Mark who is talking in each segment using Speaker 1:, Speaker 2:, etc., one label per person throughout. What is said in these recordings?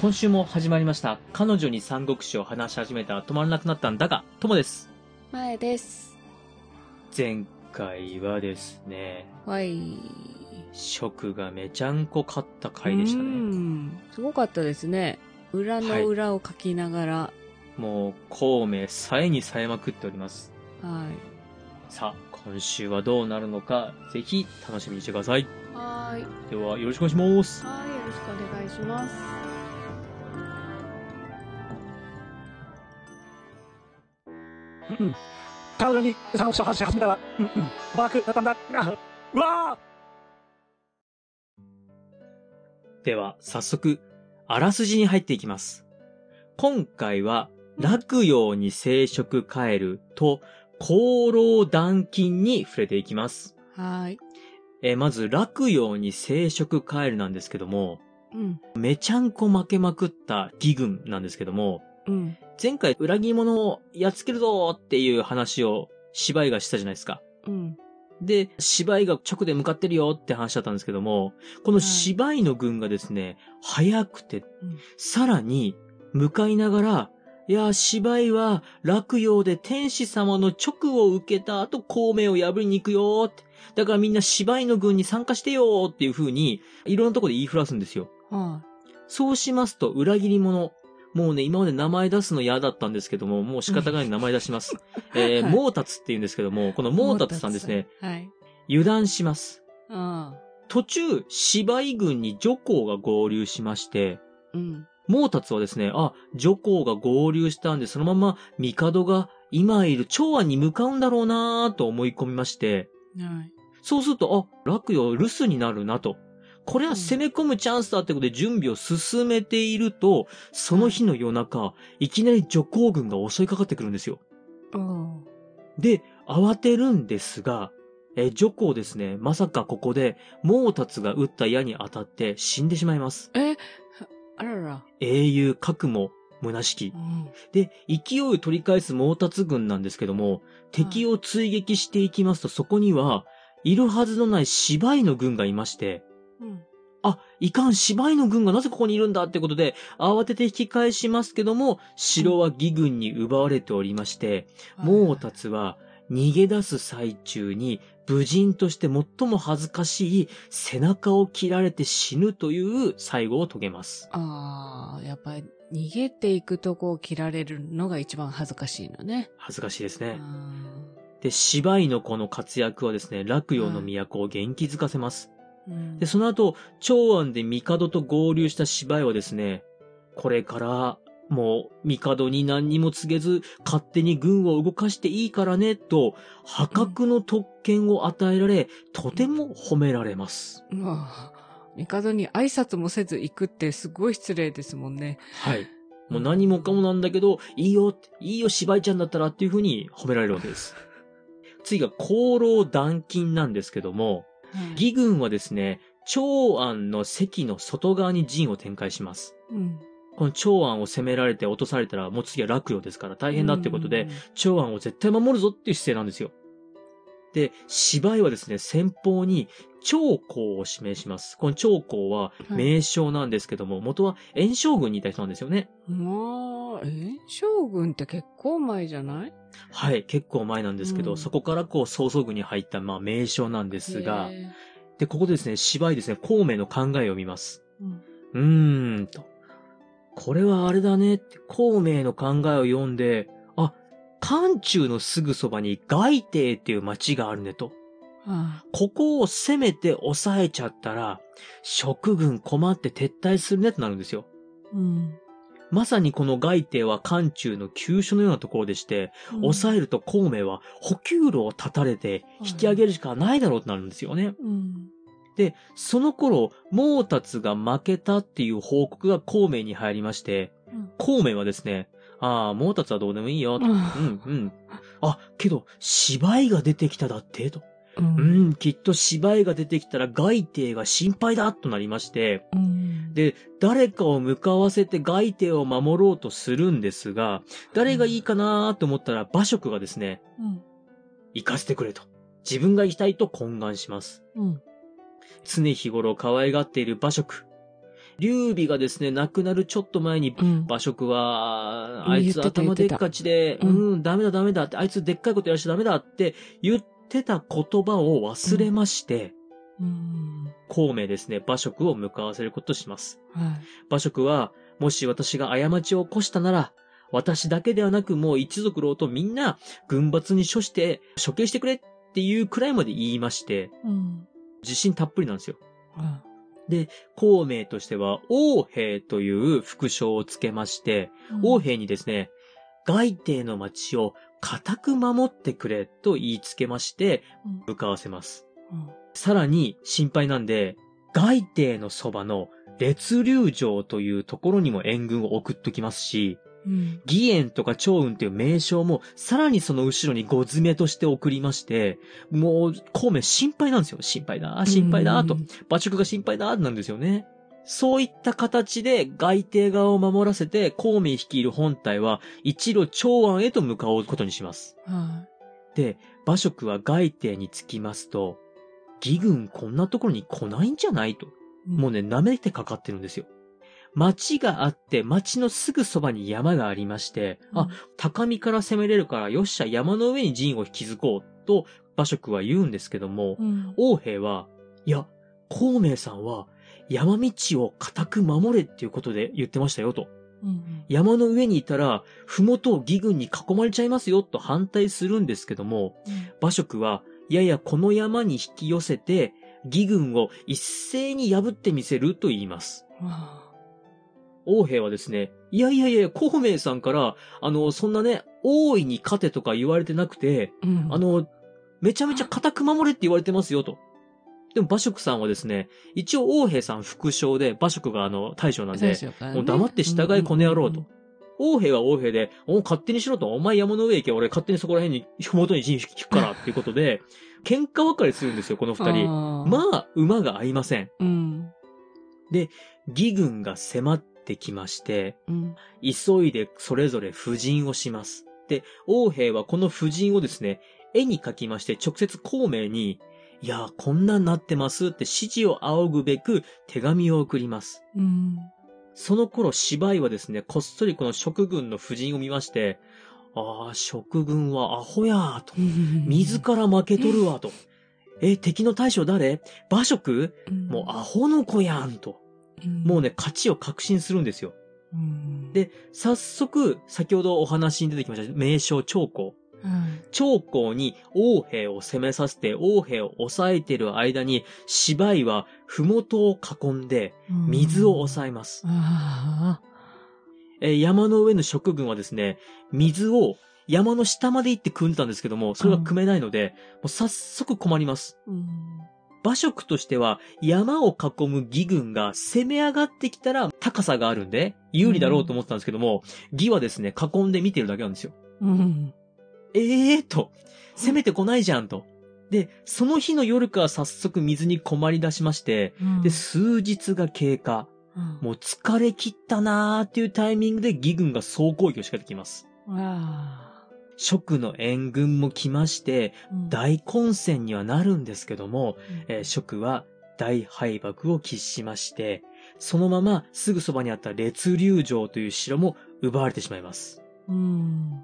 Speaker 1: 今週も始まりました。彼女に三国志を話し始めたら止まらなくなったんだが、ともです。
Speaker 2: 前です。
Speaker 1: 前回はですね、
Speaker 2: はい。
Speaker 1: 食がめちゃんこかった回でした
Speaker 2: う
Speaker 1: ね。
Speaker 2: んすごかったですね。裏の裏を書きながら。
Speaker 1: もう、孔明さえにさえまくっております。
Speaker 2: はい。
Speaker 1: さあ、今週はどうなるのか、ぜひ楽しみにしてください。
Speaker 2: はーい。
Speaker 1: では、よろしくお願いします。
Speaker 2: はい。よろしくお願いします。
Speaker 3: うん。彼女に三者発し始めたら、うんうん。バークだったんだ。あうわ
Speaker 1: では、早速、あらすじに入っていきます。今回は、落葉に生殖カエルと、功労断菌に触れていきます。
Speaker 2: はい。
Speaker 1: えーまず、落葉に生殖カエルなんですけども、
Speaker 2: うん。
Speaker 1: めちゃんこ負けまくった義軍なんですけども、
Speaker 2: うん。
Speaker 1: 前回裏切り者をやっつけるぞーっていう話を芝居がしたじゃないですか。
Speaker 2: うん。
Speaker 1: で、芝居が直で向かってるよって話だったんですけども、この芝居の軍がですね、早くて、
Speaker 2: うん
Speaker 1: さらに、向かいながら、いやー、芝居は落葉で天使様の直を受けた後、孔明を破りに行くよーって。だからみんな芝居の軍に参加してよーっていう風に、いろんなとこで言いふらすんですよ。
Speaker 2: は
Speaker 1: そうしますと、裏切り者。もうね、今まで名前出すの嫌だったんですけども、もう仕方がない名前出し ます。えー、
Speaker 2: はい
Speaker 1: 毛達って言うんですけども、この
Speaker 2: い。
Speaker 1: 毛達さんですね、
Speaker 2: はい。
Speaker 1: 油断します。
Speaker 2: あ
Speaker 1: 途中、芝居軍に女皇が合流しまして、
Speaker 2: あ。うん。
Speaker 1: 毛達はですね、あ、女皇が合流したんで、そのまま帝が今いる長安に向かうんだろうなぁと思い込みまして、
Speaker 2: はい。
Speaker 1: そうすると、あ、落葉留守になるなと。これは攻め込むチャンスだってことで準備を進めていると、その日の夜中、いきなり女皇軍が襲いかかってくるんですよ。
Speaker 2: おー
Speaker 1: で、慌てるんですが、えー、女皇ですね、まさかここで、毛達が撃った矢に当たって死んでしまいます。
Speaker 2: え、あらら。
Speaker 1: 英雄、核も、虚しき
Speaker 2: う。ん。
Speaker 1: で、勢いを取り返す毛達軍なんですけども、敵を追撃していきますと、そこには、いるはずのない芝居の軍がいまして、
Speaker 2: うん。
Speaker 1: あ、いかん、芝居の軍がなぜここにいるんだってことで、慌てて引き返しますけども、城は義軍に奪われておりまして、毛
Speaker 2: た
Speaker 1: 達は逃げ出す最中に武人として最も恥ずかしい背中を切られて死ぬという最後を遂げます。
Speaker 2: ああ、やっぱり逃げていくとこを切られるのが一番恥ずかしいのね。
Speaker 1: 恥ずかしいです
Speaker 2: あ
Speaker 1: ね。
Speaker 2: ー
Speaker 1: で、芝居の子の活躍はですね、落葉の都を元気づかせます。
Speaker 2: うん
Speaker 1: で、その後、長安で帝と合流した芝居はですね、これから、もう、帝に何にも告げず、勝手に軍を動かしていいからね、と、破格の特権を与えられ、とても褒められます。
Speaker 2: まあ、帝に挨拶もせず行くってすごい失礼ですもんね。
Speaker 1: はい。もう何もかもなんだけど、いいよ、いいよ、芝居ちゃんだったらっていう風に褒められるわけです。次が、功労断金なんですけども、義軍はですね、長安の席の外側に陣を展開します。
Speaker 2: うん、
Speaker 1: この長安を攻められて落とされたら、もう次は落葉ですから大変だってことで、長安を絶対守るぞっていう姿勢なんですよ。で、芝居はですね、先方に長江を指名します。この長江は
Speaker 2: うん、
Speaker 1: 名称なんですけども、元は炎将軍にいた人なんですよね。
Speaker 2: まあ、え将軍って結構前じゃない
Speaker 1: はい、結構前なんですけど、
Speaker 2: うん
Speaker 1: そこからこう、曹操軍に入った、まあ、名称なんですが、
Speaker 2: へ
Speaker 1: で、ここでですね、芝居ですね、孔明の考えを見ます。
Speaker 2: ーうん
Speaker 1: うーん、と。これはあれだねって、孔明の考えを読んで、あ、漢中のすぐそばに外帝っていう町があるねと。
Speaker 2: はあ
Speaker 1: ここを攻めて抑えちゃったら、食軍困って撤退するねとなるんですよ。
Speaker 2: うん
Speaker 1: まさにこの外帝は漢中の急所のようなところでして、抑えると孔明は補給路を断たれて引き上げるしかないだろうとなるんですよね。
Speaker 2: うん
Speaker 1: で、その頃、毛達が負けたっていう報告が孔明に入りまして、
Speaker 2: うん
Speaker 1: 孔明はですね、ああ、毛達はどうでもいいよ、と。
Speaker 2: う
Speaker 1: うんん、うん。あ、けど、芝居が出てきただって、と。
Speaker 2: う
Speaker 1: うんん、きっと芝居が出てきたら外帝が心配だ、となりまして、
Speaker 2: うん
Speaker 1: で、誰かを向かわせて外帝を守ろうとするんですが、誰がいいかなと思ったら馬謖がですね、
Speaker 2: うん
Speaker 1: 行かせてくれと。自分が行きたいと懇願します。
Speaker 2: うん
Speaker 1: 常日頃可愛がっている馬謖。劉備がですね、亡くなるちょっと前に、
Speaker 2: うん。
Speaker 1: 馬食は、
Speaker 2: うん
Speaker 1: あい
Speaker 2: 言って
Speaker 1: つ
Speaker 2: た
Speaker 1: 頭でっかちで、
Speaker 2: 言ってた
Speaker 1: うん、ダメだダメだって、あいつでっかいことやらしちゃダメだって言ってた言葉を忘れまして、
Speaker 2: うん。
Speaker 1: 孔明ですね、馬食を向かわせることとします。
Speaker 2: はい。
Speaker 1: 馬食は、もし私が過ちを起こしたなら、私だけではなくもう一族老とみんな軍閥に処して処刑してくれっていうくらいまで言いまして、
Speaker 2: うん。
Speaker 1: 自信たっぷりなんですよ。
Speaker 2: は
Speaker 1: 孔明としては、王兵という副称をつけまして、
Speaker 2: い
Speaker 1: 王。兵にですね、外帝の町を固く守ってくれと言いつけまして
Speaker 2: うん、
Speaker 1: 向かわせます。
Speaker 2: うん
Speaker 1: さらに心配なんで、外帝のそばの列流城というところにも援軍を送っときますし、
Speaker 2: うん。
Speaker 1: 義援とか長雲という名称もさらにその後ろにご詰めとして送りまして、もう孔明心配なんですよ。心配だ、心配だ、と
Speaker 2: うん。。
Speaker 1: 馬直が心配だ、なんですよね。そういった形で外帝側を守らせて、孔明率いる本体は一路長安へと向かうことにします。
Speaker 2: は
Speaker 1: で、馬謖は外帝に着きますと、義軍こんなところに来ないんじゃないと。
Speaker 2: い。
Speaker 1: もうね、舐めてかかってるんですよ。町があって、町のすぐそばに山がありまして、
Speaker 2: うん
Speaker 1: あ、高みから攻めれるから、よっしゃ、山の上に陣を築こうと、馬謖は言うんですけども、
Speaker 2: うん。
Speaker 1: 王兵は、いや、孔明さんは山道を固く守れっていうことで言ってましたよと。
Speaker 2: うん。
Speaker 1: 山の上にいたら、麓を義軍に囲まれちゃいますよと反対するんですけども、馬謖は、いやいやこの山に引き寄せて、義軍を一斉に破ってみせると言います。
Speaker 2: は
Speaker 1: 王兵はですね、いやいやいや、孔明さんから、あの、そんなね、大いに勝てとか言われてなくて、
Speaker 2: い。うん。
Speaker 1: あ、の、めちゃめちゃ固く守れって言われてますよ、と。でも馬謖さんはですね、一応王兵さん副将で、馬謖があの、大将なん
Speaker 2: 最
Speaker 1: で、
Speaker 2: 初からね
Speaker 1: もう黙って従いこの野郎と。。王兵は王兵で、お勝手にしろと、お前山の上行け、俺勝手にそこら辺に、麓に陣引くから、っていうことで、喧嘩別れするんですよ、この二人。
Speaker 2: 人
Speaker 1: まあ、馬が合いません。
Speaker 2: うん。
Speaker 1: 義軍が迫ってきまして、
Speaker 2: うん。
Speaker 1: 急いでそれぞれ布陣をします。で、王兵はこの布陣をですね、絵に描きまして直接孔明に、いやー、こんなんなってますって指示を仰ぐべく手紙を送ります。
Speaker 2: うん。
Speaker 1: その頃、芝居はですね、こっそりこの職軍の布陣を見まして、ああ、職軍はアホやーと。自ら負けとるわと。え、敵の大将誰馬謖もうアホの子やんと。
Speaker 2: うん、
Speaker 1: もうね、勝ちを確信するんですよ。
Speaker 2: うん、
Speaker 1: で早速、先ほどお話に出てきました、名称長江。
Speaker 2: はい、
Speaker 1: 長江に王兵を攻めさせて、王兵を抑えている間に、芝居は麓を囲んで、水を抑えます。
Speaker 2: あ
Speaker 1: えー山の上の食軍はですね、水を山の下まで行って汲んでたんですけども、それが汲めないので、もう早速困ります。
Speaker 2: あ、うん
Speaker 1: 馬食としては、山を囲む義軍が攻め上がってきたら高さがあるんで、有利だろうと思ってたんですけども、義はですね、囲んで見てるだけなんですよ。
Speaker 2: うん、
Speaker 1: ええー、と、攻めてこないじゃんと。で、その日の夜から早速水に困り出しまして、
Speaker 2: うん
Speaker 1: で、、数日が経過。
Speaker 2: うん、
Speaker 1: もう疲れ切ったなーっていうタイミングで義軍が総攻撃を仕掛けてきます。
Speaker 2: あ
Speaker 1: 蜀の援軍も来まして、
Speaker 2: あ、うん、
Speaker 1: 大混戦にはなるんですけども、えー
Speaker 2: し
Speaker 1: 蜀は大敗北を喫しまして、そのまますぐそばにあった列流城という城も奪われてしまいます。
Speaker 2: うん、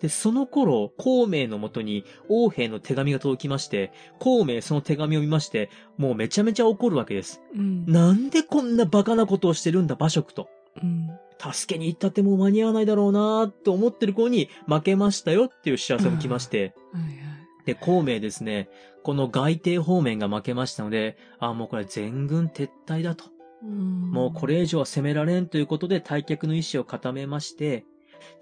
Speaker 1: で、その頃、孔明のもとに王兵の手紙が届きまして、孔明その手紙を見まして、もうめちゃめちゃ怒るわけです。
Speaker 2: うん、
Speaker 1: なんでこんなバカなことをしてるんだ、馬謖と。
Speaker 2: うん、
Speaker 1: 助けに行ったってもう間に合わないだろうなーと思ってる子に負けましたよっていう知らせも来まして、
Speaker 2: はい
Speaker 1: で、孔明ですね、この外帝方面が負けましたので、あ、もうこれ全軍撤退だと。
Speaker 2: はい、ん
Speaker 1: もうこ、れ以上は攻められんということで退却の意思を固めまして、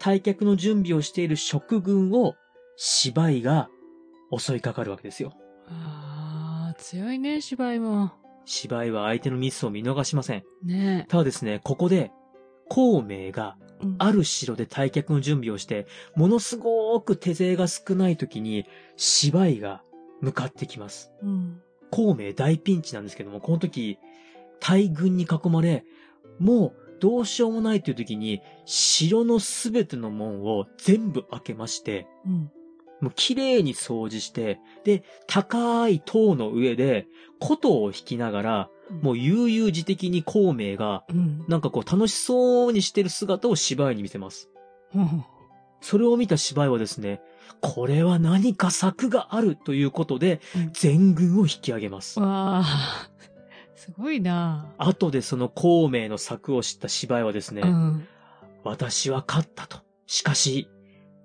Speaker 1: 退却の準備をしている職軍を、芝居が襲いかかるわけですよ。
Speaker 2: ああ、強いね、芝居も。
Speaker 1: 芝居は相手のミスを見逃しません。
Speaker 2: ね
Speaker 1: ただですね、ここで、孔明が
Speaker 2: え、うん
Speaker 1: ある城で退却の準備をして、ものすごく手勢が少ない時に、芝居が向かってきます。
Speaker 2: うん、
Speaker 1: 孔明大ピンチなんですけども、この時、大軍に囲まれ、もうどうしようもないという時に、城のすべての門を全部開けまして、
Speaker 2: うん、
Speaker 1: もう綺麗に掃除して、で、高い塔の上で、琴を弾きながら、もう悠々自適に孔明が、
Speaker 2: うん。
Speaker 1: なんかこう楽しそうにしてる姿を芝居に見せます。
Speaker 2: うん。
Speaker 1: それを見た芝居はですね、これは何か策があるということで
Speaker 2: うん、
Speaker 1: 全軍を引き上げます。
Speaker 2: わあ、すごいな
Speaker 1: 後でその孔明の策を知った芝居はですね、
Speaker 2: うん。
Speaker 1: 私は勝ったと。しかし、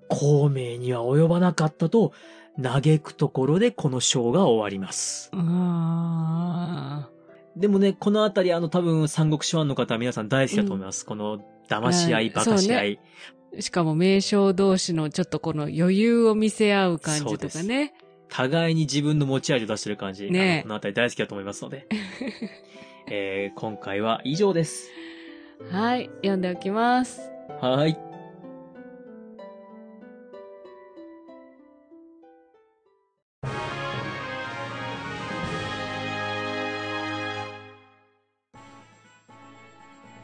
Speaker 1: 孔明には及ばなかったと、嘆くところでこの章が終わります。
Speaker 2: あ
Speaker 1: でもね、このあたり、あの、多分、三国志ファンの方は皆さん大好きだと思います。この、騙し合い、
Speaker 2: うん
Speaker 1: 馬鹿し合い。
Speaker 2: あ。しかも名称同士のちょっとこの余裕を見せ合う感じとかね。
Speaker 1: 互いに自分の持ち味を出してる感じ。
Speaker 2: ねえ
Speaker 1: あのこのあたり大好きだと思いますの で。えー、今回は以上です。
Speaker 2: はい。読んでおきます。
Speaker 1: はい。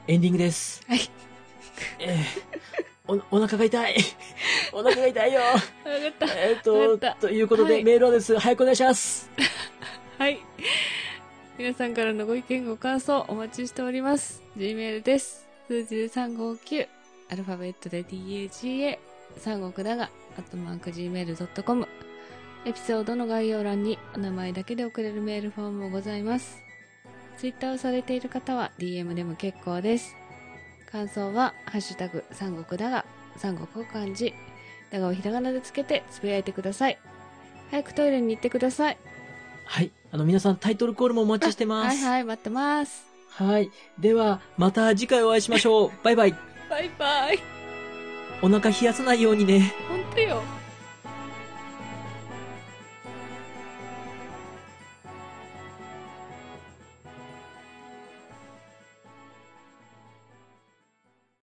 Speaker 1: エンディングです。
Speaker 2: はい。
Speaker 1: えーお、お腹が痛い。 お腹が痛いよ。
Speaker 2: わかった。
Speaker 1: えーっ
Speaker 2: わ
Speaker 1: と
Speaker 2: かった、
Speaker 1: ということで、
Speaker 2: はい
Speaker 1: メールはです。早くお願いします。
Speaker 2: はい。皆さんからのご意見、ご感想、お待ちしております。Gmail です。数字で359、アルファベットで DAGA、三国だが、アットマーク Gmail.com。エピソードの概要欄にお名前だけで送れるメールフォームもございます。Twitter をされている方は DM でも結構です。感想は、ハッシュタグ、三国だが、三国を漢字、だがをひらがなでつけてつぶやいてください。早くトイレに行ってください。
Speaker 1: はい。あの、皆さんタイトルコールもお待ちしてま
Speaker 2: はい
Speaker 1: す。
Speaker 2: はい、待ってます。
Speaker 1: はい。では、また次回お会いしましょう。バイバイ。
Speaker 2: バイバイ。
Speaker 1: お腹冷やさないようにね。
Speaker 2: 本当よ。